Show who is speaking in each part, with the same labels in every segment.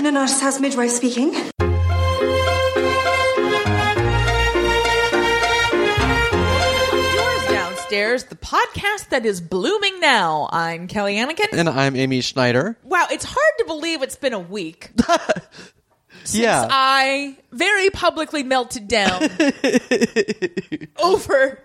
Speaker 1: Nanash House Midwife speaking.
Speaker 2: Yours downstairs, the podcast that is blooming now. I'm Kelly Anakin.
Speaker 3: And I'm Amy Schneider.
Speaker 2: Wow, it's hard to believe it's been a week since
Speaker 3: yeah.
Speaker 2: I very publicly melted down over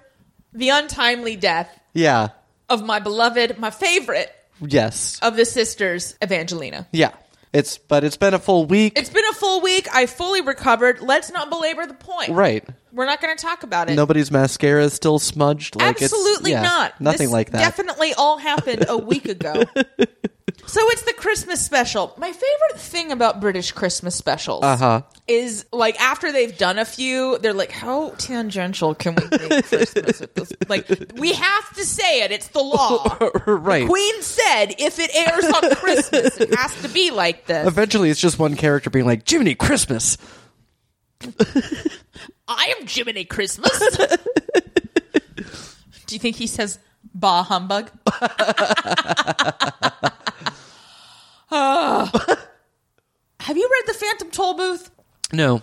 Speaker 2: the untimely death
Speaker 3: yeah.
Speaker 2: of my beloved, my favorite
Speaker 3: Yes.
Speaker 2: of the sisters, Evangelina.
Speaker 3: yeah. It's but it's been a full week.
Speaker 2: It's been a full week. I fully recovered. Let's not belabor the point.
Speaker 3: right.
Speaker 2: We're not going to talk about it.
Speaker 3: Nobody's mascara is still smudged. Like
Speaker 2: Absolutely
Speaker 3: it's, yeah,
Speaker 2: not.
Speaker 3: Nothing
Speaker 2: This
Speaker 3: like that.
Speaker 2: Definitely all happened a week ago. so it's the Christmas special. My favorite thing about British Christmas specials
Speaker 3: Uh-huh.
Speaker 2: is like after they've done a few, they're like, how tangential can we make Christmas? at this? Like we have to say it. It's the law.
Speaker 3: Uh-huh. right.
Speaker 2: Queen said if it airs on Christmas, it has to be like this.
Speaker 3: Eventually, it's just one character being like, "Jiminy Christmas."
Speaker 2: I am Jiminy Christmas. Do you think he says bah humbug? Ah. have you read The Phantom Toll Booth?
Speaker 3: No,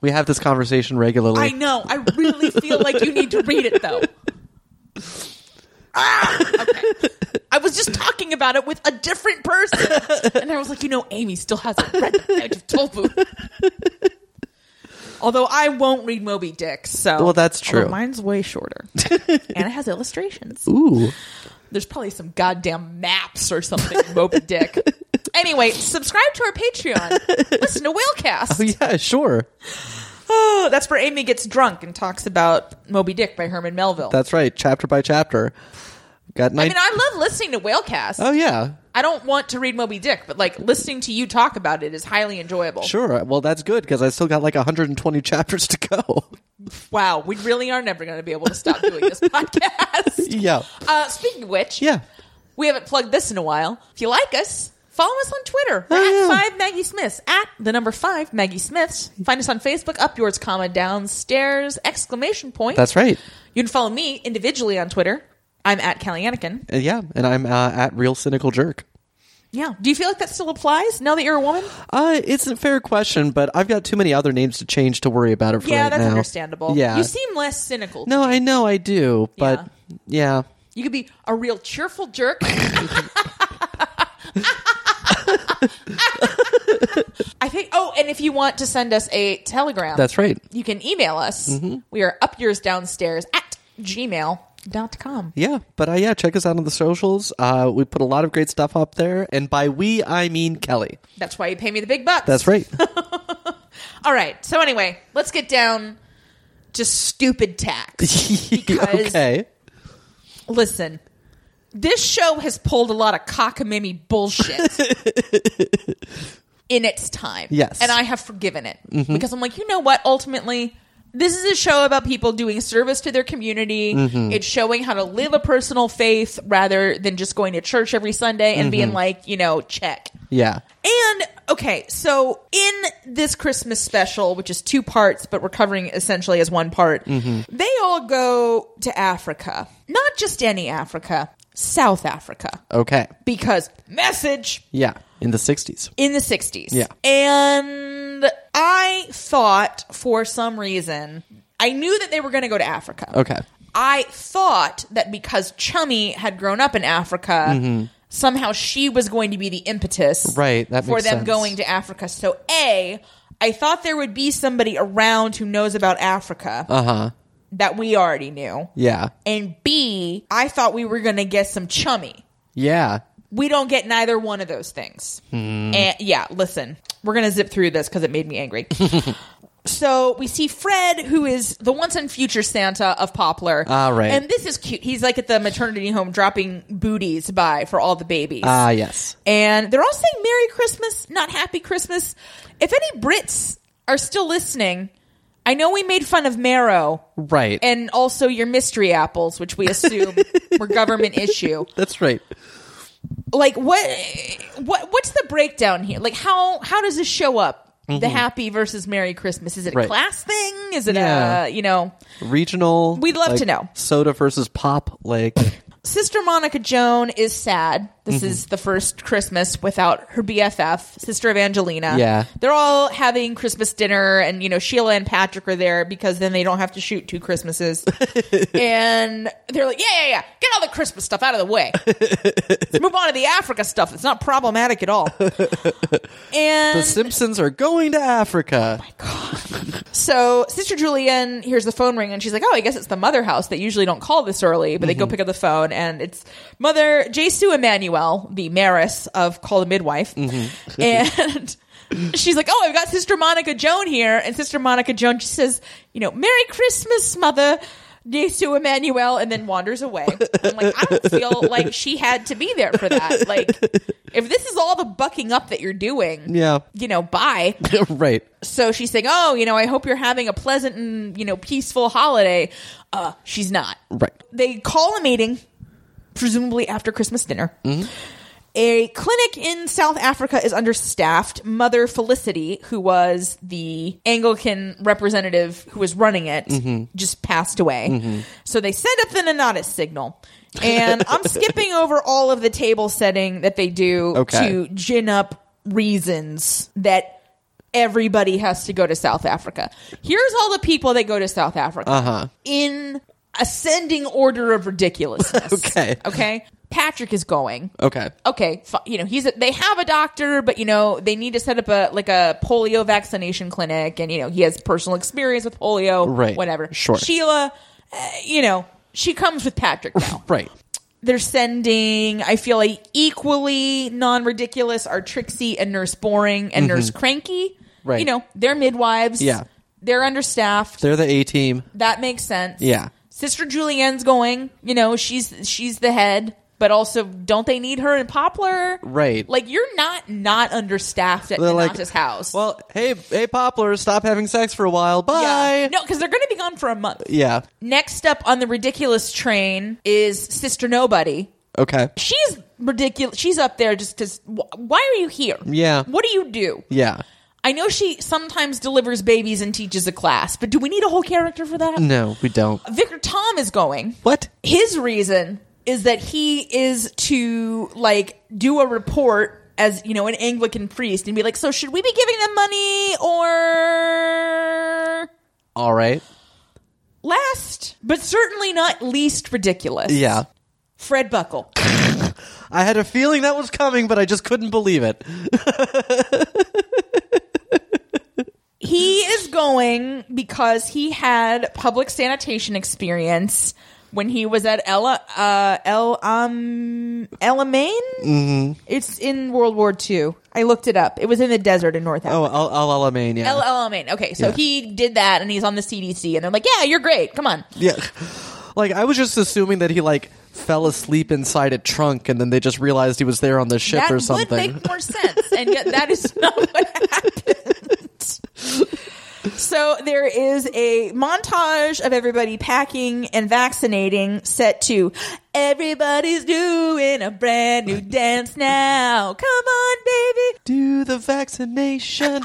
Speaker 3: we have this conversation regularly.
Speaker 2: I know. I really feel like you need to read it though. Ah, okay. I was just talking about it with a different person, and I was like, you know, Amy still hasn't read The Phantom Toll Booth. Although I won't read Moby Dick, so
Speaker 3: Well, that's true.
Speaker 2: Although mine's way shorter, and it has illustrations.
Speaker 3: Ooh,
Speaker 2: There's probably some goddamn maps or something in Moby Dick. Anyway, subscribe to our Patreon. Listen to Whalecast.
Speaker 3: Oh, yeah, sure.
Speaker 2: Oh, that's where Amy gets drunk and talks about Moby Dick by Herman Melville.
Speaker 3: That's right. Chapter by chapter. Got
Speaker 2: I
Speaker 3: nine.
Speaker 2: mean, I love listening to Whalecast.
Speaker 3: oh yeah,
Speaker 2: I don't want to read Moby Dick, but like listening to you talk about it is highly enjoyable.
Speaker 3: sure. Well, that's good because I still got like 120 chapters to go.
Speaker 2: Wow, we really are never going to be able to stop doing this podcast.
Speaker 3: yeah,
Speaker 2: Uh, speaking of which,
Speaker 3: yeah.
Speaker 2: we haven't plugged this in a while. If you like us, follow us on Twitter We're
Speaker 3: Oh,
Speaker 2: at
Speaker 3: yeah.
Speaker 2: five Maggie Smiths at the number five Maggie Smiths. Find us on Facebook, up yours, comma downstairs exclamation point.
Speaker 3: That's right.
Speaker 2: you can follow me individually on Twitter. I'm at Callie Anakin.
Speaker 3: Uh, Yeah, and I'm uh, at real cynical jerk.
Speaker 2: Yeah. Do you feel like that still applies now that you're a woman?
Speaker 3: Uh, it's a fair question, but I've got too many other names to change to worry about it for
Speaker 2: yeah,
Speaker 3: right
Speaker 2: that's
Speaker 3: now.
Speaker 2: understandable.
Speaker 3: Yeah.
Speaker 2: You seem less cynical.
Speaker 3: no, I know I do, but yeah.
Speaker 2: You could be a real cheerful jerk. I think. Oh, and if you want to send us a telegram,
Speaker 3: That's Mm-hmm. right.
Speaker 2: You can email us. We are up yours downstairs at gmail.com.
Speaker 3: Yeah, but uh, yeah, check us out on the socials. Uh, we put a lot of great stuff up there, and by we I mean Kelly.
Speaker 2: That's why you pay me the big bucks.
Speaker 3: That's right.
Speaker 2: All right. So, anyway, let's get down to stupid tax.
Speaker 3: okay.
Speaker 2: Listen, this show has pulled a lot of cockamamie bullshit in its time.
Speaker 3: Yes.
Speaker 2: And I have forgiven it because I'm like, you know what? Ultimately, this is a show about people doing service to their community. It's showing how to live a personal faith rather than just going to church every Sunday and being like, you know, check.
Speaker 3: Yeah.
Speaker 2: And okay, so in this Christmas special, which is two parts, but we're covering it essentially as one part, they all go to Africa. Not just any Africa, South Africa.
Speaker 3: Okay.
Speaker 2: Because message
Speaker 3: Yeah. In the sixties.
Speaker 2: in the 60s.
Speaker 3: Yeah.
Speaker 2: And I thought for some reason, I knew that they were going to go to Africa.
Speaker 3: Okay.
Speaker 2: I thought that because Chummy had grown up in Africa, somehow she was going to be the impetus
Speaker 3: Mm-hmm. Right, that
Speaker 2: for
Speaker 3: makes
Speaker 2: them
Speaker 3: sense.
Speaker 2: going to Africa. So A, I thought there would be somebody around who knows about Africa
Speaker 3: Uh-huh.
Speaker 2: that we already knew.
Speaker 3: Yeah.
Speaker 2: And B, I thought we were going to get some Chummy.
Speaker 3: Yeah.
Speaker 2: We don't get neither one of those things.
Speaker 3: Hmm.
Speaker 2: And yeah, listen, we're going to zip through this because it made me angry. so we see Fred, who is the once and future Santa of Poplar.
Speaker 3: Ah, right.
Speaker 2: And this is cute. He's like at the maternity home dropping booties by for all the babies.
Speaker 3: Ah, yes.
Speaker 2: and they're all saying Merry Christmas, not Happy Christmas. If any Brits are still listening, I know we made fun of Marrow
Speaker 3: Right.
Speaker 2: and also your mystery apples, which we assume were government issue
Speaker 3: That's right.
Speaker 2: like what what what's the breakdown here like how how does this show up the happy versus merry christmas is it a
Speaker 3: Mm-hmm. Right.
Speaker 2: class thing is it
Speaker 3: Yeah.
Speaker 2: a you know
Speaker 3: Regional.
Speaker 2: We'd love
Speaker 3: like,
Speaker 2: to know.
Speaker 3: Soda versus pop. Like.
Speaker 2: sister monica joan is sad This
Speaker 3: Mm-hmm.
Speaker 2: is the first Christmas without her BFF, sister of Angelina.
Speaker 3: Yeah.
Speaker 2: They're all having Christmas dinner, and, you know, Sheila and Patrick are there because then they don't have to shoot two Christmases. and they're like, yeah, yeah, yeah, get all the Christmas stuff out of the way. Let's move on to the Africa stuff. It's not problematic at all. and
Speaker 3: The Simpsons are going to Africa.
Speaker 2: so Sister Julian hears the phone ring and she's like, "Oh, I guess it's the mother house. They usually don't call this early, but they go pick up the phone and it's Mother Jesu Emmanuel, the Maris of Call the Midwife, and." She's like, "Oh, I've got Sister Monica Joan here," and Sister Monica Joan she says, "You know, Merry Christmas, Mother." Jesu Emmanuel, and then wanders away. I'm like, I don't feel like she had to be there for that. Like, if this is all the bucking up that you're doing,
Speaker 3: Yeah.
Speaker 2: you know, bye
Speaker 3: right.
Speaker 2: so she's saying, "Oh, you know, I hope you're having a pleasant and you know peaceful holiday." Uh, she's not.
Speaker 3: Right.
Speaker 2: They call a meeting, presumably after Christmas dinner. A clinic in South Africa is understaffed. Mother Felicity, who was the Anglican representative who was running it,
Speaker 3: Mm-hmm.
Speaker 2: just passed away. So they send up the Nonatus signal. And I'm skipping over all of the table setting that they do
Speaker 3: Okay.
Speaker 2: to gin up reasons that everybody has to go to South Africa. Here's all the people that go to South Africa
Speaker 3: Uh-huh.
Speaker 2: in ascending order of ridiculousness.
Speaker 3: Okay.
Speaker 2: Okay. Patrick is going.
Speaker 3: Okay.
Speaker 2: Okay, fi- you know he's a, they have a doctor, but you know they need to set up a like a polio vaccination clinic, and you know he has personal experience with polio,
Speaker 3: Right.
Speaker 2: Whatever.
Speaker 3: Sure.
Speaker 2: Sheila, uh, you know she comes with Patrick now
Speaker 3: Right.
Speaker 2: they're sending i feel like equally non-ridiculous are trixie and nurse boring and nurse cranky
Speaker 3: Mm-hmm. Right.
Speaker 2: you know they're midwives
Speaker 3: Yeah.
Speaker 2: they're understaffed
Speaker 3: They're the A team.
Speaker 2: that makes sense
Speaker 3: Yeah.
Speaker 2: sister julianne's going you know she's she's the head but also don't they need her in poplar
Speaker 3: Right.
Speaker 2: like you're not not understaffed at
Speaker 3: They're like,
Speaker 2: Renata's house
Speaker 3: Well, hey, hey, Poplar, stop having sex for a while. Bye.
Speaker 2: yeah no because they're gonna be gone for a month
Speaker 3: Yeah.
Speaker 2: next up on the ridiculous train is sister nobody
Speaker 3: Okay.
Speaker 2: she's ridiculous. She's up there just because. Wh- why are you here?
Speaker 3: Yeah.
Speaker 2: What do you do?
Speaker 3: Yeah.
Speaker 2: I know she sometimes delivers babies and teaches a class, but do we need a whole character for that?
Speaker 3: No, we don't.
Speaker 2: Vicar Tom is going.
Speaker 3: What?
Speaker 2: His reason is that he is to like do a report as you know an Anglican priest and be like, so should we be giving them money or?
Speaker 3: All right.
Speaker 2: Last, but certainly not least ridiculous.
Speaker 3: Yeah.
Speaker 2: Fred Buckle.
Speaker 3: I had a feeling that was coming, but I just couldn't believe it.
Speaker 2: He is going because he had public sanitation experience when he was at El uh, El um Alamein. It's in World War II. I looked it up. It was in the desert in North Africa.
Speaker 3: Oh, Al Al Alamein, yeah.
Speaker 2: El Alamein. Okay, so
Speaker 3: Yeah.
Speaker 2: he did that, and he's on the CDC, and they're like, "Yeah, you're great. Come on."
Speaker 3: yeah. Like I was just assuming that he like fell asleep inside a trunk and then they just realized he was there on the ship
Speaker 2: that
Speaker 3: or something.
Speaker 2: would make more sense, and yet that is not what happened. So there is a montage of everybody packing and vaccinating, set to "Everybody's doing a brand new dance now." Come on, baby.
Speaker 3: Do the vaccination.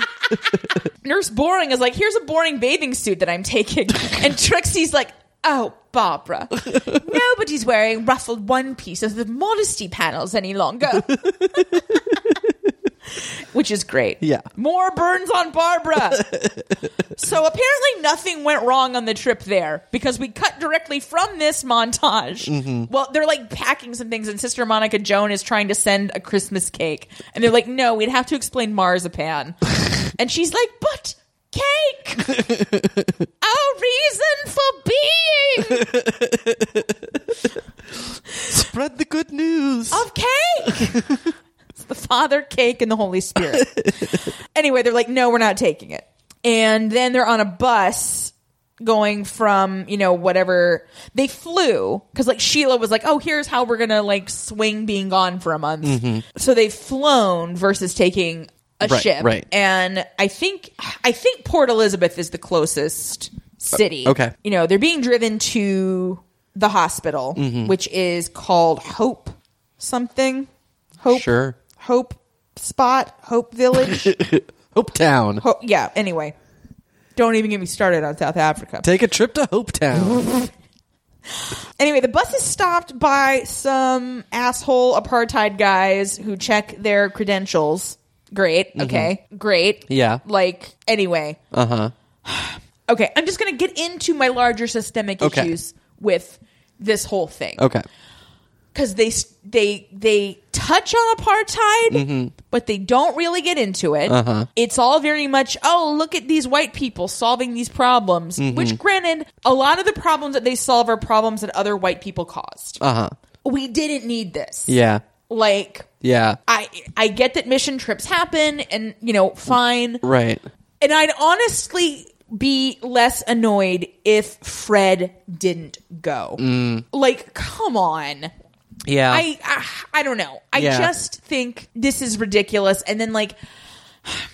Speaker 2: Nurse Boring is like, "Here's a boring bathing suit that I'm taking," and Trixie's like. Oh, Barbara. Nobody's wearing ruffled one piece of the modesty panels any longer. Which is great.
Speaker 3: Yeah.
Speaker 2: More burns on Barbara. so apparently nothing went wrong on the trip there because we cut directly from this montage. Well, they're like packing some things, and Sister Monica Joan is trying to send a Christmas cake. And they're like, no, we'd have to explain marzipan. and she's like, but cake! Our reason for being!
Speaker 3: Spread the good news.
Speaker 2: of cake. it's the Father, cake, and the Holy Spirit. anyway, they're like, no, we're not taking it. And then they're on a bus going from, you know, whatever. They flew because, like, Sheila was like, oh, here's how we're going to, like, swing being gone for a month. So they've flown versus taking a
Speaker 3: Right,
Speaker 2: ship.
Speaker 3: right.
Speaker 2: And I think, I think Port Elizabeth is the closest city.
Speaker 3: Uh, okay.
Speaker 2: You know, they're being driven to the hospital,
Speaker 3: Mm-hmm.
Speaker 2: which is called Hope something. Hope.
Speaker 3: Sure.
Speaker 2: Hope spot. Hope village.
Speaker 3: Hopetown.
Speaker 2: Ho- yeah, anyway. Don't even get me started on South Africa.
Speaker 3: Take a trip to Hopetown.
Speaker 2: Anyway, the bus is stopped by some asshole apartheid guys who check their credentials. Great. Okay. Great.
Speaker 3: Mm-hmm. Yeah.
Speaker 2: Like, anyway.
Speaker 3: Uh huh.
Speaker 2: Okay. I'm just going to get into my larger systemic
Speaker 3: Okay.
Speaker 2: issues with this whole thing.
Speaker 3: Okay.
Speaker 2: Because they, s- they, they touch on apartheid, but they don't really get into it.
Speaker 3: Mm-hmm. Uh-huh.
Speaker 2: It's all very much, oh, look at these white people solving these problems,
Speaker 3: Mm-hmm.
Speaker 2: which, granted, a lot of the problems that they solve are problems that other white people caused.
Speaker 3: Uh huh.
Speaker 2: we didn't need this.
Speaker 3: Yeah.
Speaker 2: Like
Speaker 3: Yeah.
Speaker 2: I I get that mission trips happen and you know, fine.
Speaker 3: Right.
Speaker 2: And I'd honestly be less annoyed if Fred didn't go. Like come on.
Speaker 3: Yeah.
Speaker 2: I, I I don't know. I
Speaker 3: Yeah.
Speaker 2: just think this is ridiculous. And then like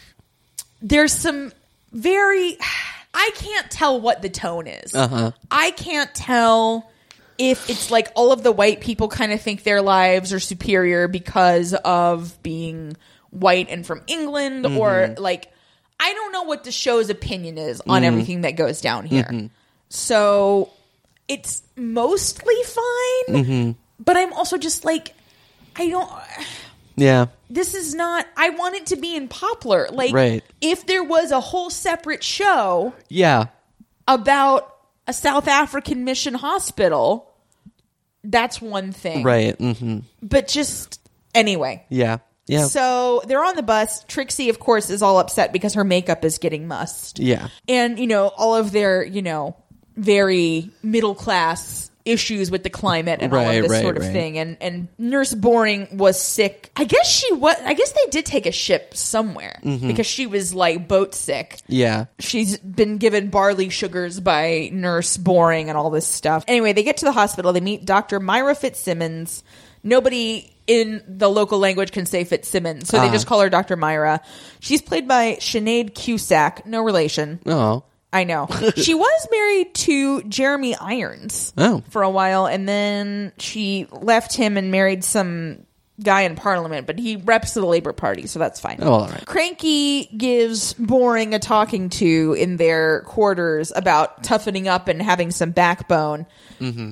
Speaker 2: there's some very I can't tell what the tone is.
Speaker 3: Uh-huh.
Speaker 2: I can't tell if it's like all of the white people kind of think their lives are superior because of being white and from England or
Speaker 3: Mm-hmm.
Speaker 2: like I don't know what the show's opinion is on everything that goes down here.
Speaker 3: Mm-hmm.
Speaker 2: So it's mostly fine,
Speaker 3: Mm-hmm.
Speaker 2: but I'm also just like I don't
Speaker 3: yeah.
Speaker 2: this is not I want it to be in Poplar. Like
Speaker 3: Right.
Speaker 2: if there was a whole separate show
Speaker 3: Yeah.
Speaker 2: about a South African mission hospital, that's one thing.
Speaker 3: Right. Mm-hmm.
Speaker 2: But just anyway.
Speaker 3: Yeah. Yeah.
Speaker 2: So they're on the bus. Trixie, of course, is all upset because her makeup is getting mussed.
Speaker 3: yeah.
Speaker 2: And, you know, all of their, you know, very middle class issues with the climate and all
Speaker 3: Right,
Speaker 2: of this
Speaker 3: right,
Speaker 2: sort of
Speaker 3: right.
Speaker 2: thing. And and Nurse Boring was sick. I guess she was I guess they did take a ship somewhere
Speaker 3: Mm-hmm.
Speaker 2: because she was like boat sick
Speaker 3: Yeah.
Speaker 2: she's been given barley sugars by nurse boring and all this stuff anyway they get to the hospital they meet dr myra fitzsimmons nobody in the local language can say fitzsimmons so they
Speaker 3: Ah.
Speaker 2: just call her dr myra she's played by Sinead cusack no relation
Speaker 3: Oh.
Speaker 2: i know she was married to jeremy irons
Speaker 3: Oh.
Speaker 2: for a while and then she left him and married some guy in parliament but he reps the labor party so that's fine
Speaker 3: Oh, all right.
Speaker 2: Cranky gives Boring a talking to in their quarters about toughening up and having some backbone,
Speaker 3: Mm-hmm.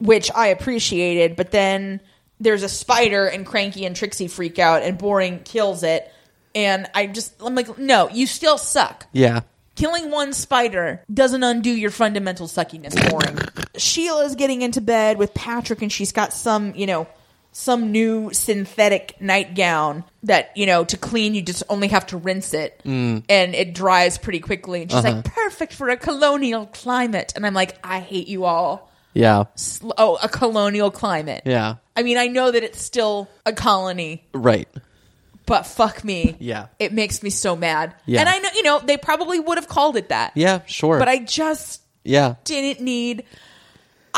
Speaker 2: which I appreciated. But then there's a spider, and Cranky and Trixie freak out, and Boring kills it. And I just, I'm like, no, you still suck.
Speaker 3: Yeah.
Speaker 2: Killing one spider doesn't undo your fundamental suckiness, Boring. Sheila's getting into bed with Patrick, and she's got some, you know, some new synthetic nightgown that, you know, to clean, you just only have to rinse it
Speaker 3: Mm.
Speaker 2: and it dries pretty quickly. And she's
Speaker 3: Uh-huh.
Speaker 2: like, perfect for a colonial climate. And I'm like, I hate you all.
Speaker 3: Yeah.
Speaker 2: Sl- Oh, a colonial climate.
Speaker 3: Yeah.
Speaker 2: I mean, I know that it's still a colony,
Speaker 3: Right.
Speaker 2: but fuck me.
Speaker 3: Yeah.
Speaker 2: It makes me so mad.
Speaker 3: Yeah.
Speaker 2: And I know, you know, they probably would have called it that.
Speaker 3: Yeah. Sure.
Speaker 2: But I just
Speaker 3: Yeah.
Speaker 2: didn't need.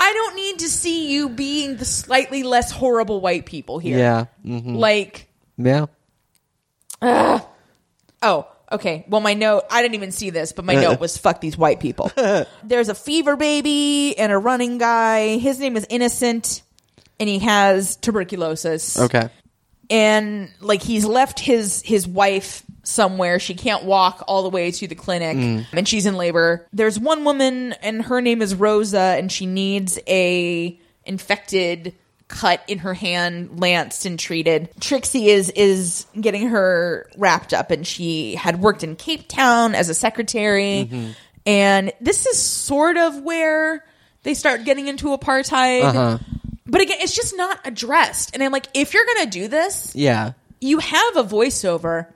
Speaker 2: I don't need to see you being the slightly less horrible white people here.
Speaker 3: Yeah. Mm.
Speaker 2: Like,
Speaker 3: Yeah.
Speaker 2: oh, okay. Well, my note, I didn't even see this, but
Speaker 3: Uh.
Speaker 2: my note was fuck these white people. There's a fever baby and a running guy. His name is Innocent, and he has tuberculosis.
Speaker 3: Okay.
Speaker 2: and like he's left his his wife somewhere she can't walk all the way to the clinic and she's in labor there's one woman and her name is rosa and she needs a infected cut in her hand lanced and treated trixie is is getting her wrapped up and she had worked in cape town as a secretary and this is sort of where they start getting into apartheid but again, it's just not addressed. And I'm like, if you're going to do this,
Speaker 3: Yeah.
Speaker 2: you have a voiceover.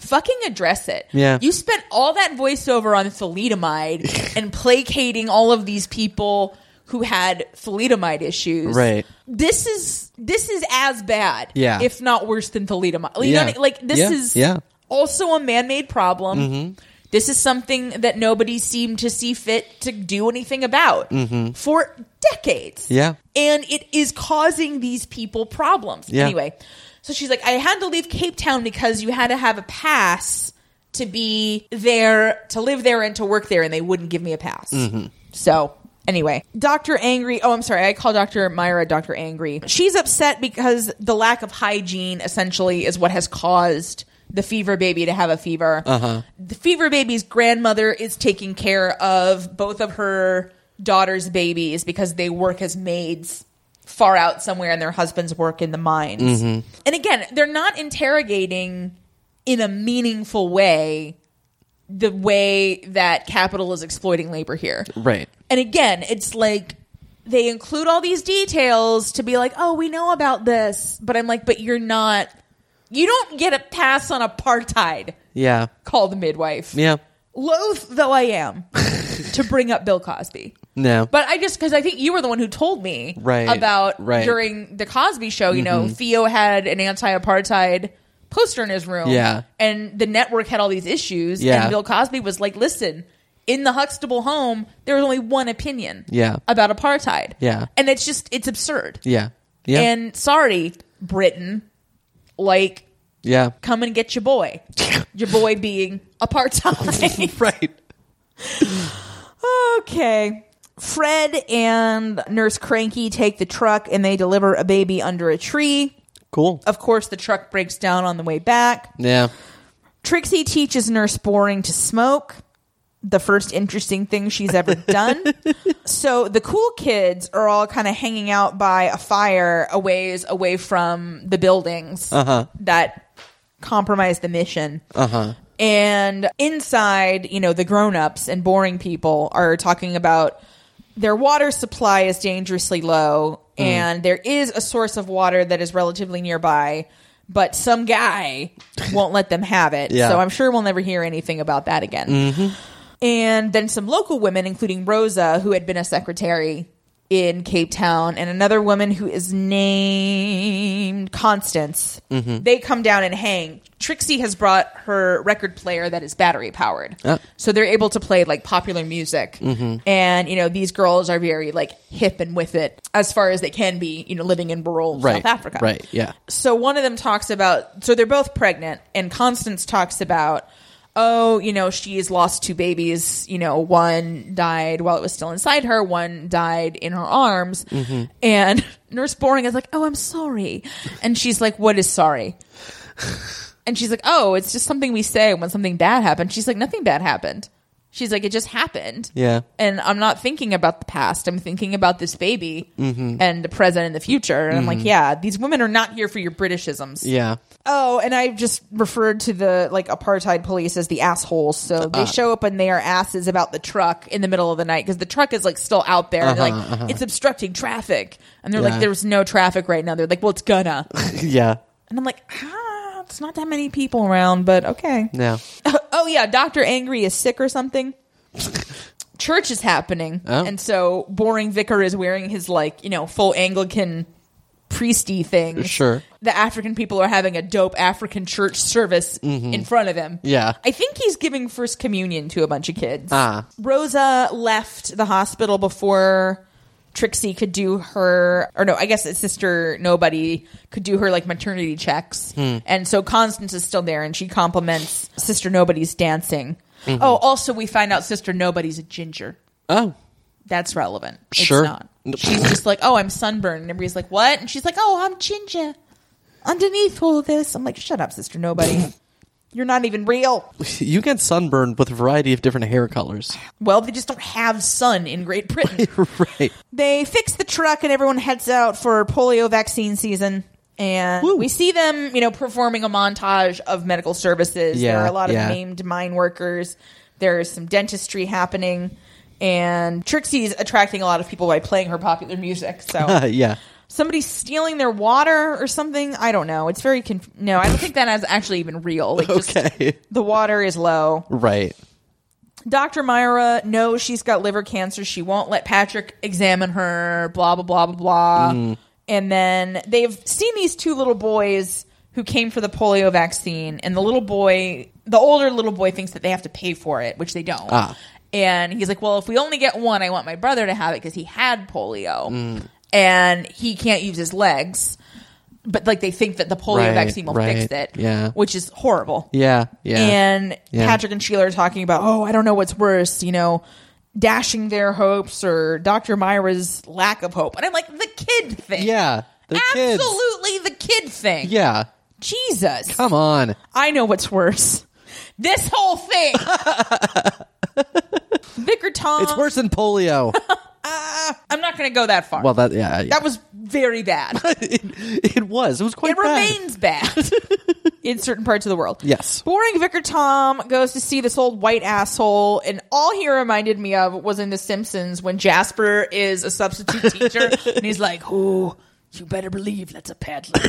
Speaker 2: Fucking address it.
Speaker 3: Yeah.
Speaker 2: You spent all that voiceover on thalidomide and placating all of these people who had thalidomide issues.
Speaker 3: Right.
Speaker 2: This is this is as bad,
Speaker 3: Yeah.
Speaker 2: if not worse than thalidomide. You know
Speaker 3: Yeah.
Speaker 2: what I mean? Like this
Speaker 3: Yeah.
Speaker 2: is
Speaker 3: Yeah. Mm-hmm.
Speaker 2: also a man-made problem. This is something that nobody seemed to see fit to do anything about
Speaker 3: Mm-hmm.
Speaker 2: for decades
Speaker 3: Yeah.
Speaker 2: and it is causing these people problems.
Speaker 3: Yeah.
Speaker 2: Anyway, so she's like, I had to leave Cape Town because you had to have a pass to be there, to live there, and to work there, and they wouldn't give me a pass. So. Anyway, Dr. Angry. Oh, I'm sorry. I call Dr. Myra Dr. Angry. She's upset because the lack of hygiene essentially is what has caused the fever baby to have a fever. Uh-huh. The fever baby's grandmother is taking care of both of her daughters' babies because they work as maids far out somewhere and their husbands work in the mines. And again, they're not interrogating in a meaningful way the way that capital is exploiting labor here.
Speaker 3: Right.
Speaker 2: And again, it's like they include all these details to be like, oh, we know about this. But I'm like, but you're not, you don't get a pass on apartheid
Speaker 3: Yeah.
Speaker 2: called the midwife.
Speaker 3: Yeah.
Speaker 2: Loath though I am to bring up Bill Cosby.
Speaker 3: No.
Speaker 2: But I just because I think you were the one who told me
Speaker 3: Right,
Speaker 2: about
Speaker 3: right. Mm-hmm.
Speaker 2: during the Cosby Show. You know, Theo had an anti-apartheid poster in his room.
Speaker 3: Yeah.
Speaker 2: and the network had all these issues.
Speaker 3: Yeah.
Speaker 2: and Bill Cosby was like, "Listen, in the Huxtable home, there was only one opinion.
Speaker 3: Yeah.
Speaker 2: about apartheid.
Speaker 3: Yeah.
Speaker 2: and it's just it's absurd.
Speaker 3: yeah. Yeah.
Speaker 2: And sorry, Britain, like
Speaker 3: yeah.
Speaker 2: come and get your boy. your boy being apartheid.
Speaker 3: Right.
Speaker 2: Okay. Fred and Nurse Cranky take the truck and they deliver a baby under a tree.
Speaker 3: Cool.
Speaker 2: Of course, the truck breaks down on the way back.
Speaker 3: Yeah.
Speaker 2: Trixie teaches Nurse Boring to smoke, the first interesting thing she's ever done. so the cool kids are all kind of hanging out by a fire a ways away from the buildings that compromise the mission. Uh huh. And inside, you know, the grown ups and boring people are talking about their water supply is dangerously low and there is a source of water that is relatively nearby, but some guy won't let them have it.
Speaker 3: Yeah.
Speaker 2: So I'm sure we'll never hear anything about that again. And then some local women, including Rosa, who had been a secretary in Cape Town, and another woman who is named Constance.
Speaker 3: Mm-hmm.
Speaker 2: They come down and hang. Trixie has brought her record player that is battery powered.
Speaker 3: Ah.
Speaker 2: So they're able to play like popular music.
Speaker 3: Mm-hmm.
Speaker 2: And, you know, these girls are very like hip and with it as far as they can be, you know, living in rural
Speaker 3: Right.
Speaker 2: South Africa
Speaker 3: Right. Yeah.
Speaker 2: so one of them talks about so they're both pregnant and constance talks about oh you know she's lost two babies you know one died while it was still inside her one died in her arms and nurse boring is like oh i'm sorry and she's like what is sorry and she's like oh it's just something we say when something bad happened she's like nothing bad happened she's like it just happened
Speaker 3: Yeah.
Speaker 2: and I'm not thinking about the past. I'm thinking about this baby
Speaker 3: Mm-hmm.
Speaker 2: and the present and the future. And I'm like, yeah, these women are not here for your Britishisms.
Speaker 3: Yeah.
Speaker 2: Oh, and I just referred to the like apartheid police as the assholes.
Speaker 3: Uh-huh.
Speaker 2: So they show up and they are asses about the truck in the middle of the night because the truck is like still out there. and they're like, it's obstructing traffic, and they're
Speaker 3: Uh-huh, Yeah.
Speaker 2: like, there's no traffic right now. They're like, well, it's gonna.
Speaker 3: Yeah.
Speaker 2: and I'm like, ah, it's not that many people around, but okay.
Speaker 3: Yeah.
Speaker 2: Oh yeah, Doctor Angry is sick or something. Church is happening,
Speaker 3: Oh.
Speaker 2: and so boring vicar is wearing his like you know full Anglican priesty thing.
Speaker 3: Sure.
Speaker 2: the African people are having a dope African church service in front of him.
Speaker 3: Mm-hmm. Yeah.
Speaker 2: I think he's giving first communion to a bunch of kids.
Speaker 3: Ah.
Speaker 2: Rosa left the hospital before Trixie could do her, or no, I guess it's sister nobody could do her like maternity checks.
Speaker 3: Hmm.
Speaker 2: And so Constance is still there and she compliments sister nobody's dancing.
Speaker 3: Mm-hmm.
Speaker 2: Oh, also, we find out sister nobody's a ginger.
Speaker 3: Oh.
Speaker 2: That's relevant. It's
Speaker 3: Sure.
Speaker 2: not. She's just like, oh, I'm sunburned. And everybody's like, what? And she's like, oh, I'm ginger. Underneath all this, I'm like, shut up, sister nobody. You're not even real.
Speaker 3: You get sunburned with a variety of different hair colors.
Speaker 2: Well, they just don't have sun in Great Britain.
Speaker 3: right.
Speaker 2: they fix the truck and everyone heads out for polio vaccine season. And
Speaker 3: Woo.
Speaker 2: we see them, you know, performing a montage of medical services. there
Speaker 3: Yeah,
Speaker 2: are a lot of
Speaker 3: yeah.
Speaker 2: named mine workers. There's some dentistry happening. And Trixie's attracting a lot of people by playing her popular music. So
Speaker 3: Uh, yeah.
Speaker 2: somebody's stealing their water or something. I don't know. It's very conf- no. I don't think that is actually even real. Like just
Speaker 3: Okay.
Speaker 2: the water is low.
Speaker 3: Right.
Speaker 2: Dr. Myra knows she's got liver cancer. She won't let Patrick examine her, blah, blah, blah, blah, blah.
Speaker 3: Mm.
Speaker 2: And then they've seen these two little boys who came for the polio vaccine. And the little boy, the older little boy, thinks that they have to pay for it, which they don't.
Speaker 3: Ah.
Speaker 2: And he's like, Well, if we only get one, I want my brother to have it because he had polio
Speaker 3: Mm.
Speaker 2: and he can't use his legs. But like they think that the polio
Speaker 3: Right,
Speaker 2: vaccine will
Speaker 3: right,
Speaker 2: fix it,
Speaker 3: yeah.
Speaker 2: which is horrible.
Speaker 3: Yeah. Yeah.
Speaker 2: And
Speaker 3: Yeah.
Speaker 2: Patrick and Sheila are talking about, oh, I don't know what's worse, you know, dashing their hopes or Dr. Myra's lack of hope. And I'm like, the kid thing.
Speaker 3: yeah. The kids.
Speaker 2: Absolutely the kid thing.
Speaker 3: Yeah.
Speaker 2: Jesus.
Speaker 3: Come on.
Speaker 2: I know what's worse. This whole thing. Vicar Tom. Uh.
Speaker 3: It's worse than polio.
Speaker 2: going to go that far.
Speaker 3: Well, that yeah, yeah.
Speaker 2: that was very bad.
Speaker 3: it, it was. It was quite
Speaker 2: It
Speaker 3: bad.
Speaker 2: remains bad in certain parts of the world.
Speaker 3: Yes.
Speaker 2: Boring Vicar Tom goes to see this old white asshole, and all he reminded me of was in The Simpsons when Jasper is a substitute teacher, and he's like, "Oh, you better believe that's a peddler."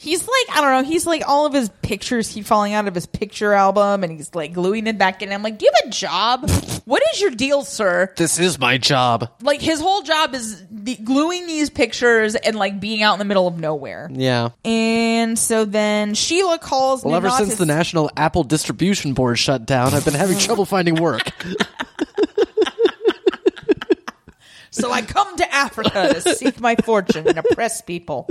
Speaker 2: he's like, I don't know. He's like all of his pictures keep falling out of his picture album, and he's like gluing it back in. I'm like, "Do you have a job? what is your deal, sir?"
Speaker 3: This is my job.
Speaker 2: Like his whole job is the- gluing these pictures and like being out in the middle of nowhere.
Speaker 3: Yeah.
Speaker 2: And so then Sheila calls.
Speaker 3: Well, ever
Speaker 2: Ninat
Speaker 3: since
Speaker 2: to
Speaker 3: the
Speaker 2: s-
Speaker 3: National Apple Distribution Board shut down, I've been having trouble finding work.
Speaker 2: So I come to Africa to seek my fortune and oppress people.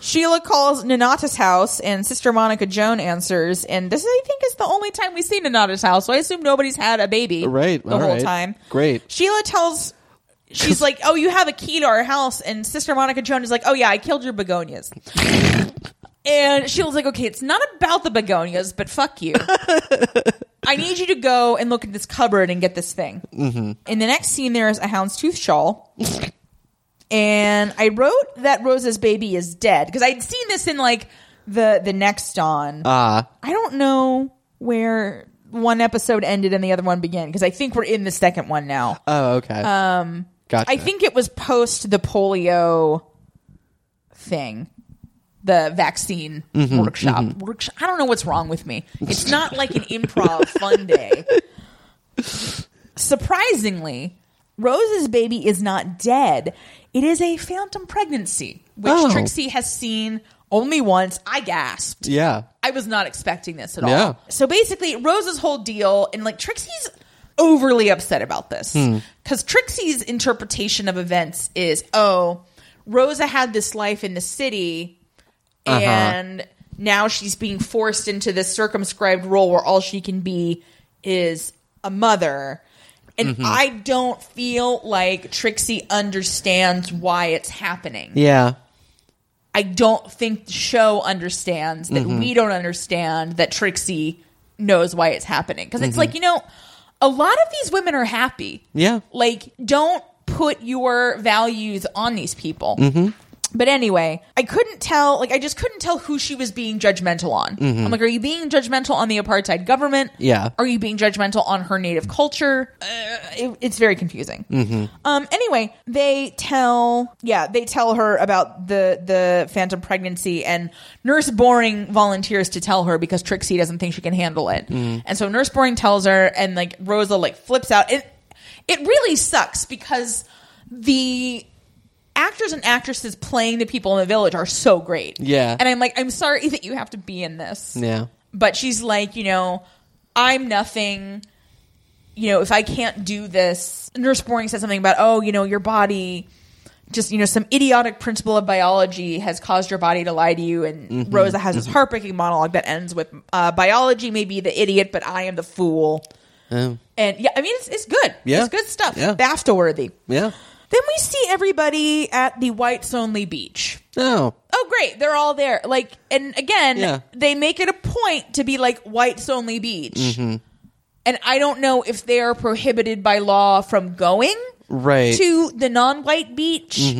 Speaker 2: Sheila calls Nanata's house, and Sister Monica Joan answers. And this, I think, is the only time we see Nanata's house. So I assume nobody's had a baby
Speaker 3: Right,
Speaker 2: the
Speaker 3: all
Speaker 2: whole
Speaker 3: right.
Speaker 2: time.
Speaker 3: Great.
Speaker 2: Sheila tells. She's like, "Oh, you have a key to our house," and Sister Monica Joan is like, "Oh yeah, I killed your begonias." and Sheila's like, "Okay, it's not about the begonias, but fuck you." I need you to go and look at this cupboard and get this thing. Mm-hmm. In the next scene, there is a houndstooth shawl. and I wrote that Rosa's baby is dead because I'd seen this in like the the next on.
Speaker 3: Ah,
Speaker 2: I don't know where one episode ended and the other one began because I think we're in the second one now.
Speaker 3: oh, okay. Um, gotcha.
Speaker 2: I think it was post the polio thing, the vaccine
Speaker 3: Mm-hmm,
Speaker 2: workshop. Workshop. I don't know what's wrong with me. It's not like an improv fun day. Surprisingly, Rose's baby is not dead. It is a phantom pregnancy, which
Speaker 3: Oh.
Speaker 2: Trixie has seen only once. I gasped.
Speaker 3: yeah.
Speaker 2: I was not expecting this at all.
Speaker 3: Yeah.
Speaker 2: So basically, Rose's whole deal, and like Trixie's overly upset about this because Trixie's interpretation of events is oh, Rosa had this life in the city and now she's being forced into this circumscribed role where all she can be is a mother. And I don't feel like Trixie understands why it's happening.
Speaker 3: Yeah.
Speaker 2: I don't think the show understands that
Speaker 3: Mm-hmm.
Speaker 2: we don't understand that Trixie knows why it's happening. Because it's like, you know, a lot of these women are happy.
Speaker 3: Mm-hmm. Yeah.
Speaker 2: Like, don't put your values on these people.
Speaker 3: Mm-hmm.
Speaker 2: But anyway, I couldn't tell, like, I just couldn't tell who she was being judgmental on. I'm like, are you being judgmental on the apartheid government?
Speaker 3: Mm-hmm. Yeah.
Speaker 2: Are you being judgmental on her native culture? Uh, it- it's very confusing. Um, anyway, they tell, yeah, they tell her about the, the phantom pregnancy, and Nurse Boring volunteers to tell her because Trixie doesn't think she can handle it.
Speaker 3: Mm-hmm.
Speaker 2: And so Nurse Boring tells her, and like Rosa, like, flips out. It, it really sucks because the actors and actresses playing the people in the village are so great.
Speaker 3: Yeah.
Speaker 2: And I'm like, I'm sorry that you have to be in this.
Speaker 3: Yeah.
Speaker 2: But she's like, you know, I'm nothing. You know, if I can't do this, Nurse Boring said something about, oh, you know, your body, just, you know, some idiotic principle of biology has caused your body to lie to you. And
Speaker 3: Mm-hmm.
Speaker 2: Rosa has this heartbreaking monologue that ends with, uh, biology may be the idiot, but I am the fool.
Speaker 3: Oh.
Speaker 2: And yeah, I mean, it's, it's good.
Speaker 3: Yeah.
Speaker 2: It's good stuff.
Speaker 3: Yeah.
Speaker 2: BAFTA worthy.
Speaker 3: Yeah.
Speaker 2: Then we see everybody at the Whites Only Beach.
Speaker 3: No.
Speaker 2: Oh, great. They're all there. Like, and again,
Speaker 3: Yeah.
Speaker 2: they make it a point to be like Whites Only Beach.
Speaker 3: Mm-hmm.
Speaker 2: And I don't know if they are prohibited by law from going
Speaker 3: Right. Mm-hmm.
Speaker 2: to the non white beach,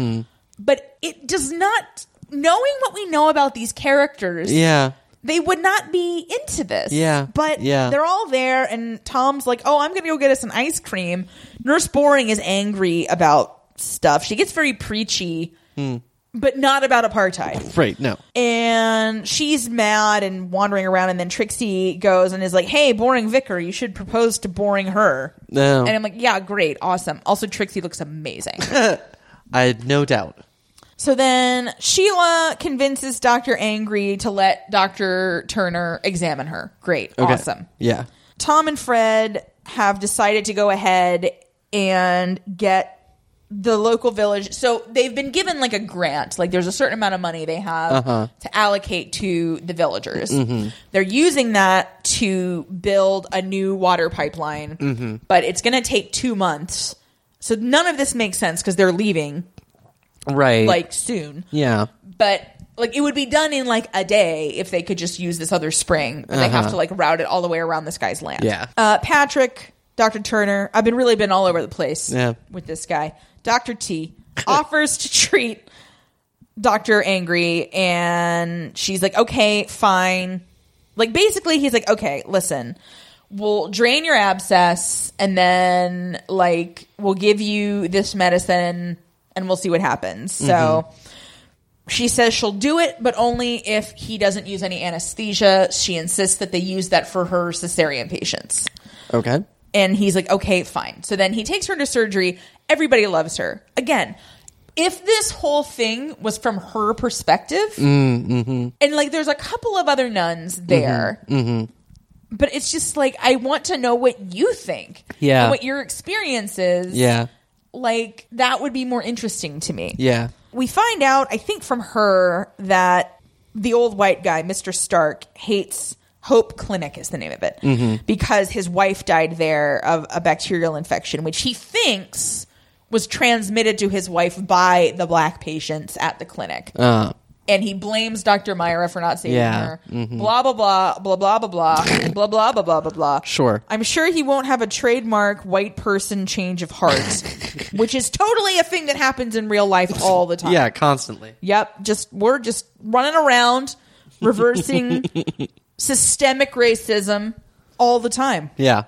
Speaker 2: but it does not, knowing what we know about these characters,
Speaker 3: Yeah.
Speaker 2: they would not be into this.
Speaker 3: Yeah.
Speaker 2: But
Speaker 3: Yeah.
Speaker 2: they're all there, and Tom's like, oh, I'm going to go get us an ice cream. Nurse Boring is angry about stuff. She gets very preachy,
Speaker 3: Hmm.
Speaker 2: but not about apartheid.
Speaker 3: Right. No.
Speaker 2: And she's mad and wandering around, and then Trixie goes and is like, hey, Boring Vicar, you should propose to Boring her.
Speaker 3: No.
Speaker 2: And I'm like, yeah, great, awesome. Also, Trixie looks amazing.
Speaker 3: I had no doubt.
Speaker 2: So then Sheila convinces Dr. Angry to let Dr. Turner examine her. Great.
Speaker 3: Okay.
Speaker 2: Awesome.
Speaker 3: Yeah.
Speaker 2: Tom and Fred have decided to go ahead and get the local village. So they've been given like a grant. Like there's a certain amount of money they have to allocate to the villagers. They're using that to build a new water pipeline, but it's going to take two months. So none of this makes sense because they're leaving
Speaker 3: Right.
Speaker 2: like soon
Speaker 3: Yeah.
Speaker 2: but like it would be done in like a day if they could just use this other spring but they have to like route it all the way around this guy's land
Speaker 3: Yeah.
Speaker 2: uh, patrick dr turner i've been really been all over the place
Speaker 3: Yeah.
Speaker 2: with this guy Dr. T offers to treat Dr. Angry and she's like, okay, fine. Like, basically, he's like, okay, listen, we'll drain your abscess and then, like, we'll give you this medicine and we'll see what happens. So she says she'll do it, but only if he doesn't use any anesthesia. She insists that they use that for her cesarean patients.
Speaker 3: Okay.
Speaker 2: And he's like, okay, fine. So then he takes her into surgery. Everybody loves her. Again, if this whole thing was from her perspective, and like there's a couple of other nuns there, but it's just like, I want to know what you think.
Speaker 3: Yeah.
Speaker 2: And what your experience is.
Speaker 3: Yeah.
Speaker 2: Like, that would be more interesting to me.
Speaker 3: Yeah.
Speaker 2: We find out, I think, from her that the old white guy, Mr. Stark, hates Hope Clinic, is the name of it,
Speaker 3: Mm-hmm.
Speaker 2: because his wife died there of a bacterial infection, which he thinks was transmitted to his wife by the black patients at the clinic.
Speaker 3: Uh,
Speaker 2: And he blames Dr. Myra for not saving
Speaker 3: Yeah. Mm-hmm.
Speaker 2: her. Blah, blah, blah, blah, blah, blah, blah, blah, blah, blah, blah, blah, blah.
Speaker 3: Sure.
Speaker 2: I'm sure he won't have a trademark white person change of heart, which is totally a thing that happens in real life all the time.
Speaker 3: yeah, constantly.
Speaker 2: Yep. Just we're just running around reversing systemic racism all the time.
Speaker 3: Yeah.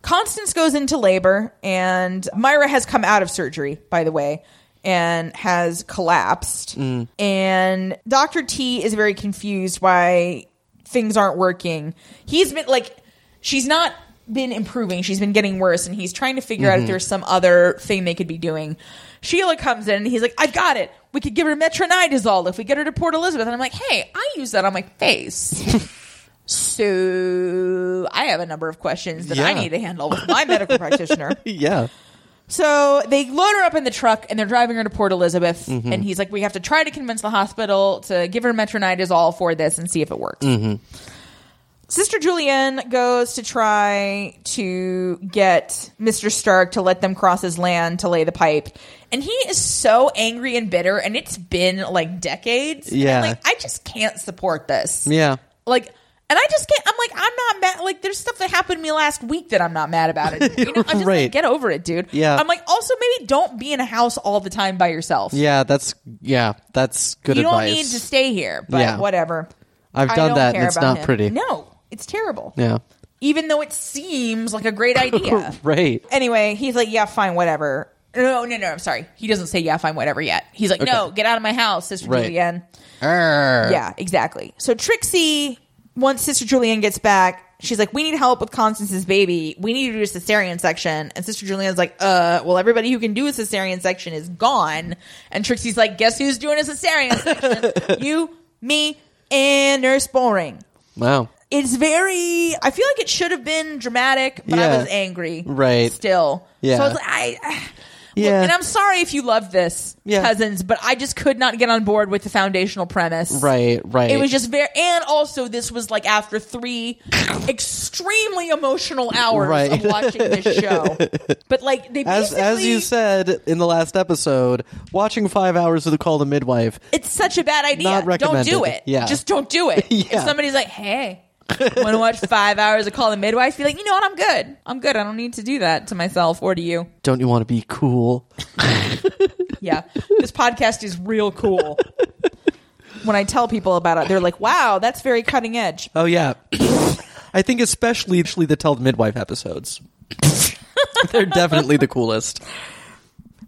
Speaker 2: Constance goes into labor and Myra has come out of surgery, by the way, and has collapsed. And Dr. T is very confused why things aren't working. He's been like she's not been improving. She's been getting worse and he's trying to figure out if there's some other thing they could be doing. Sheila comes in and he's like, "I've got it. We could give her metronidazole if we get her to Port Elizabeth." And I'm like, "Hey, I use that on my face." So I have a number of questions that I
Speaker 3: Yeah.
Speaker 2: need to handle with my medical practitioner.
Speaker 3: Yeah.
Speaker 2: So they load her up in the truck and they're driving her to Port Elizabeth.
Speaker 3: Mm-hmm.
Speaker 2: And he's like, "We have to try to convince the hospital to give her metronidazole for this and see if it works."
Speaker 3: Mm-hmm.
Speaker 2: Sister Julianne goes to try to get Mr. Stark to let them cross his land to lay the pipe. And he is so angry and bitter, and it's been like decades. And I'm
Speaker 3: Yeah.
Speaker 2: like, I just can't support this
Speaker 3: Yeah.
Speaker 2: like and I just can't. I'm like, I'm not mad. Like, there's stuff that happened to me last week that I'm not mad about it. You know, I'm just like,
Speaker 3: Right.
Speaker 2: get over it, dude.
Speaker 3: Yeah.
Speaker 2: I'm like, also maybe don't be in a house all the time by yourself.
Speaker 3: Yeah, that's yeah, that's good
Speaker 2: you don't
Speaker 3: advice.
Speaker 2: need to stay here, but
Speaker 3: Yeah.
Speaker 2: whatever.
Speaker 3: I've
Speaker 2: I
Speaker 3: done
Speaker 2: don't
Speaker 3: that
Speaker 2: care
Speaker 3: and it's
Speaker 2: about
Speaker 3: not
Speaker 2: him.
Speaker 3: pretty.
Speaker 2: No, it's terrible.
Speaker 3: Yeah.
Speaker 2: Even though it seems like a great idea.
Speaker 3: Right.
Speaker 2: Anyway, he's like, yeah, fine, whatever. No, no, no. I'm sorry. He doesn't say yeah, fine, whatever yet. He's like, no, get out of my house, Sister
Speaker 3: Right.
Speaker 2: Julianne.
Speaker 3: Arr.
Speaker 2: Yeah, exactly. So Trixie, once Sister Julianne gets back, she's like, "We need help with Constance's baby. We need to do a cesarean section." And Sister Julianne's like, "Uh, well, everybody who can do a cesarean section is gone." And Trixie's like, "Guess who's doing a cesarean section? you, me, and Nurse Boring."
Speaker 3: Wow.
Speaker 2: It's very. I feel like it should have been dramatic, but I
Speaker 3: Yeah.
Speaker 2: was angry.
Speaker 3: Right.
Speaker 2: Still.
Speaker 3: Yeah.
Speaker 2: So I was like, I.
Speaker 3: Yeah.
Speaker 2: and I'm sorry if you love this,
Speaker 3: Yeah.
Speaker 2: cousins, but I just could not get on board with the foundational premise.
Speaker 3: Right, right.
Speaker 2: It was just very, and also this was like after three extremely emotional hours of
Speaker 3: Right.
Speaker 2: watching this show. But like they
Speaker 3: as
Speaker 2: basically,
Speaker 3: as you said in the last episode, watching 5 hours of the call to midwife.
Speaker 2: it's such a bad idea.
Speaker 3: Not
Speaker 2: Don't
Speaker 3: recommended.
Speaker 2: do it.
Speaker 3: Yeah.
Speaker 2: just don't do it.
Speaker 3: Yeah.
Speaker 2: If somebody's like, hey. Want to watch five hours of Call the Midwife? Be like, you know what? I'm good. I'm good. I don't need to do that to myself or to you.
Speaker 3: Don't you want to be cool?
Speaker 2: Yeah. This podcast is real cool. When I tell people about it, they're like, wow, that's very cutting edge.
Speaker 3: Oh yeah. I think especially actually the Tell the Midwife episodes. They're definitely the coolest.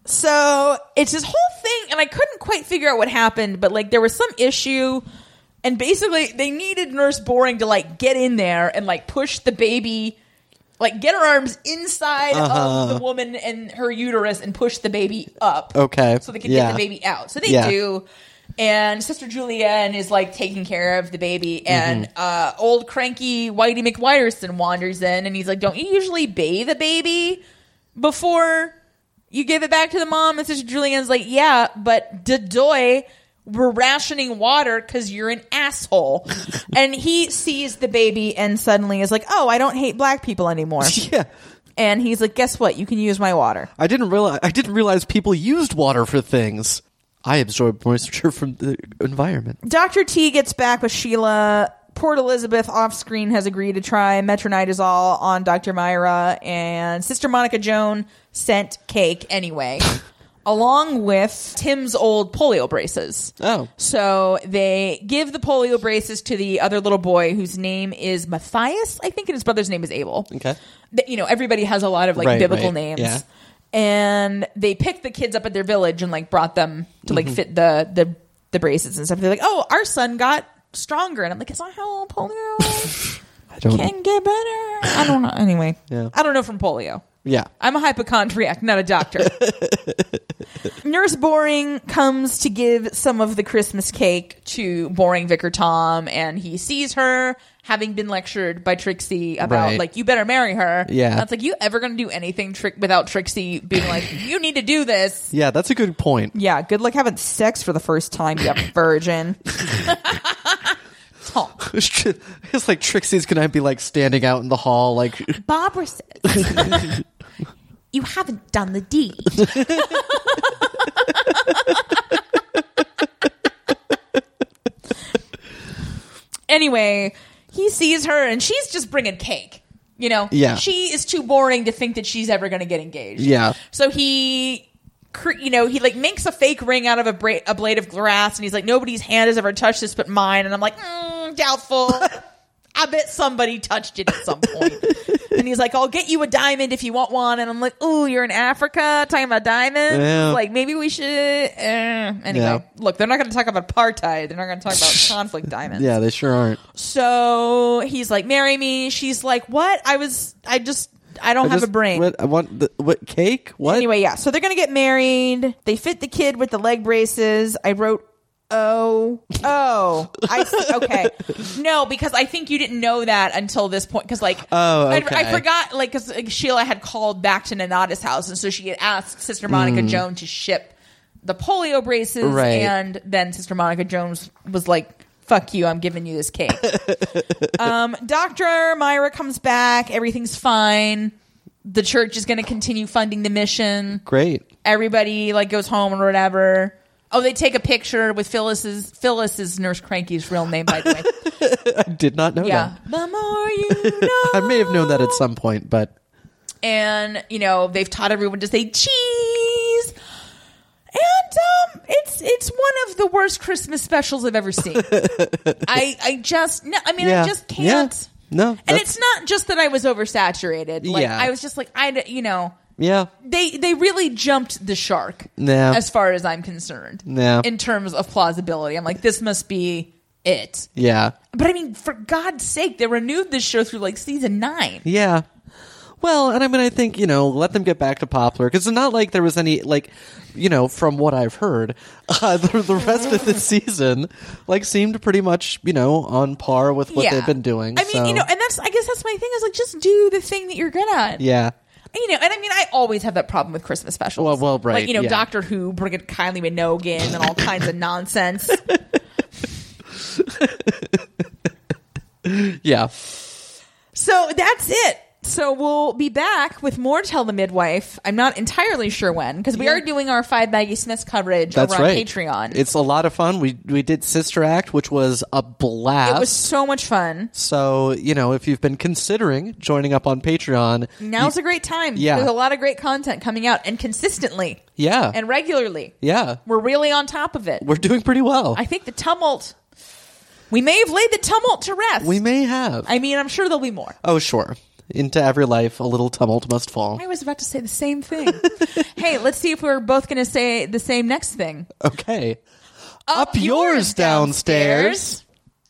Speaker 2: So it's this whole thing, and I couldn't quite figure out what happened, but like there was some issue, and basically they needed Nurse Boring to like get in there and like push the baby, like get her arms inside
Speaker 3: Uh-huh.
Speaker 2: of the woman and her uterus and push the baby up.
Speaker 3: Okay.
Speaker 2: So they can
Speaker 3: Yeah.
Speaker 2: get the baby out. So they
Speaker 3: Yeah.
Speaker 2: do. And Sister Julianne is like taking care of the baby,
Speaker 3: Mm-hmm.
Speaker 2: and uh, old cranky Whitey McWiresen wanders in, and he's like, "Don't you usually bathe a baby before you give it back to the mom?" And Sister Julianne's like, "Yeah, but da doy, we're rationing water because you're an asshole." and he sees the baby, and suddenly is like, "Oh, I don't hate black people anymore."
Speaker 3: Yeah.
Speaker 2: and he's like, "Guess what? You can use my water."
Speaker 3: I didn't realize I didn't realize people used water for things. I absorb moisture from the environment.
Speaker 2: Dr. T gets back with Sheila. Port Elizabeth off screen has agreed to try metronidazole on Dr. Myra, and Sister Monica Joan sent cake anyway. along with Tim's old polio braces.
Speaker 3: Oh.
Speaker 2: So they give the polio braces to the other little boy whose name is Matthias, I think, and his brother's name is Abel.
Speaker 3: Okay.
Speaker 2: Th- You know, everybody has a lot of like
Speaker 3: Right,
Speaker 2: biblical
Speaker 3: right.
Speaker 2: names.
Speaker 3: Yeah.
Speaker 2: And they picked the kids up at their village and like brought them to
Speaker 3: Mm-hmm.
Speaker 2: like fit the the the braces and stuff. They're like, "Oh, our son got stronger," and I'm like, "Is that how polio
Speaker 3: I don't.
Speaker 2: can get better?" I don't know. Anyway,
Speaker 3: Yeah.
Speaker 2: I don't know from polio.
Speaker 3: Yeah.
Speaker 2: I'm a hypochondriac, not a doctor. Nurse Boring comes to give some of the Christmas cake to Boring Vicar Tom, and he sees her having been lectured by Trixie about
Speaker 3: Right.
Speaker 2: like you better marry her.
Speaker 3: Yeah.
Speaker 2: that's like you ever gonna do anything trick without Trixie being like you need to do this.
Speaker 3: Yeah, that's a good point.
Speaker 2: Yeah, good luck having sex for the first time, you virgin. Tom.
Speaker 3: it's like Trixie's gonna be like standing out in the hall, like
Speaker 2: Barbara says, You haven't done the deed. anyway, he sees her and she's just bringing cake. You know?
Speaker 3: Yeah.
Speaker 2: She is too boring to think that she's ever going to get engaged.
Speaker 3: Yeah.
Speaker 2: So he. cre- You know, he like makes a fake ring out of a, bra- a blade of grass, and he's like, "Nobody's hand has ever touched this but mine." And I'm like, mm, "Doubtful." I bet somebody touched it at some point. and he's like, I'll get you a diamond if you want one. And I'm like, ooh, you're in Africa talking about diamonds?
Speaker 3: Yeah.
Speaker 2: Like, maybe we should. eh." Anyway,
Speaker 3: Yeah.
Speaker 2: look, they're not going to talk about apartheid. They're not going to talk about conflict diamonds.
Speaker 3: yeah, they sure aren't.
Speaker 2: So he's like, marry me. She's like, what? I was, I just, I don't
Speaker 3: I
Speaker 2: have
Speaker 3: just-
Speaker 2: a brain.
Speaker 3: What, I want the, what cake? What?
Speaker 2: Anyway, yeah. So they're gonna get married. They fit the kid with the leg braces. I wrote. Oh, oh, I see. okay. No, because I think you didn't know that until this point. Because like,
Speaker 3: Oh,
Speaker 2: I, I
Speaker 3: okay.
Speaker 2: forgot. Like, because like, Sheila had called back to Nanada's house, and so she had asked Sister Monica Joan to ship the polio braces,
Speaker 3: Mm. Right.
Speaker 2: and then Sister Monica Jones was like, "Fuck you, I'm giving you this cake." um, Doctor Myra comes back. Everything's fine. The church is going to continue funding the mission
Speaker 3: Great.
Speaker 2: everybody like goes home or whatever. Oh, they take a picture with Phyllis's Phyllis's Nurse Cranky's real name, by the way.
Speaker 3: I did not know
Speaker 2: Yeah,
Speaker 3: that.
Speaker 2: the more you know.
Speaker 3: I may have known that at some point, but
Speaker 2: And you know they've taught everyone to say cheese. And um, it's it's one of the worst Christmas specials I've ever seen. I I just no, I mean
Speaker 3: yeah,
Speaker 2: I just can't.
Speaker 3: Yeah. No,
Speaker 2: And
Speaker 3: that's-
Speaker 2: it's not just that I was oversaturated. Like
Speaker 3: Yeah.
Speaker 2: I was just like I d- you know
Speaker 3: yeah,
Speaker 2: they they really jumped the shark
Speaker 3: No.
Speaker 2: as far as i'm concerned
Speaker 3: No.
Speaker 2: in terms of plausibility i'm like this must be it
Speaker 3: yeah,
Speaker 2: but i mean for god's sake they renewed this show through like season nine
Speaker 3: yeah. Well, and I mean, I think you know, let them get back to Poplar because it's not like there was any like, you know, from what I've heard, uh, the, the rest of the season like seemed pretty much you know on par with what they've been doing.
Speaker 2: i mean
Speaker 3: so,
Speaker 2: you know and that's i guess that's my thing is like just do the thing that you're good at
Speaker 3: yeah,
Speaker 2: you know and i mean i always have that problem with christmas specials
Speaker 3: Well, well, right,
Speaker 2: like you know
Speaker 3: yeah.
Speaker 2: doctor who brigid kylie minogue in and all kinds of nonsense
Speaker 3: yeah.
Speaker 2: So that's it. So we'll be back with more Tell the Midwife. I'm not entirely sure when because we
Speaker 3: Yeah.
Speaker 2: are doing our Five Maggie Smiths coverage
Speaker 3: That's
Speaker 2: over on
Speaker 3: right.
Speaker 2: Patreon.
Speaker 3: It's a lot of fun. We we did Sister Act, which was a blast.
Speaker 2: it was so much fun.
Speaker 3: so you know, if you've been considering joining up on Patreon,
Speaker 2: Now's a great time.
Speaker 3: Yeah.
Speaker 2: There's a lot of great content coming out and consistently
Speaker 3: yeah,
Speaker 2: and regularly.
Speaker 3: yeah,
Speaker 2: We're really on top of it.
Speaker 3: we're doing pretty well.
Speaker 2: I think the tumult, we may have laid the tumult to rest.
Speaker 3: we may have.
Speaker 2: I mean, I'm sure there'll be more.
Speaker 3: oh, sure. Into every life, a little tumult must fall.
Speaker 2: I was about to say the same thing. hey, let's see if we're both going to say the same next thing.
Speaker 3: Okay. Up yours downstairs.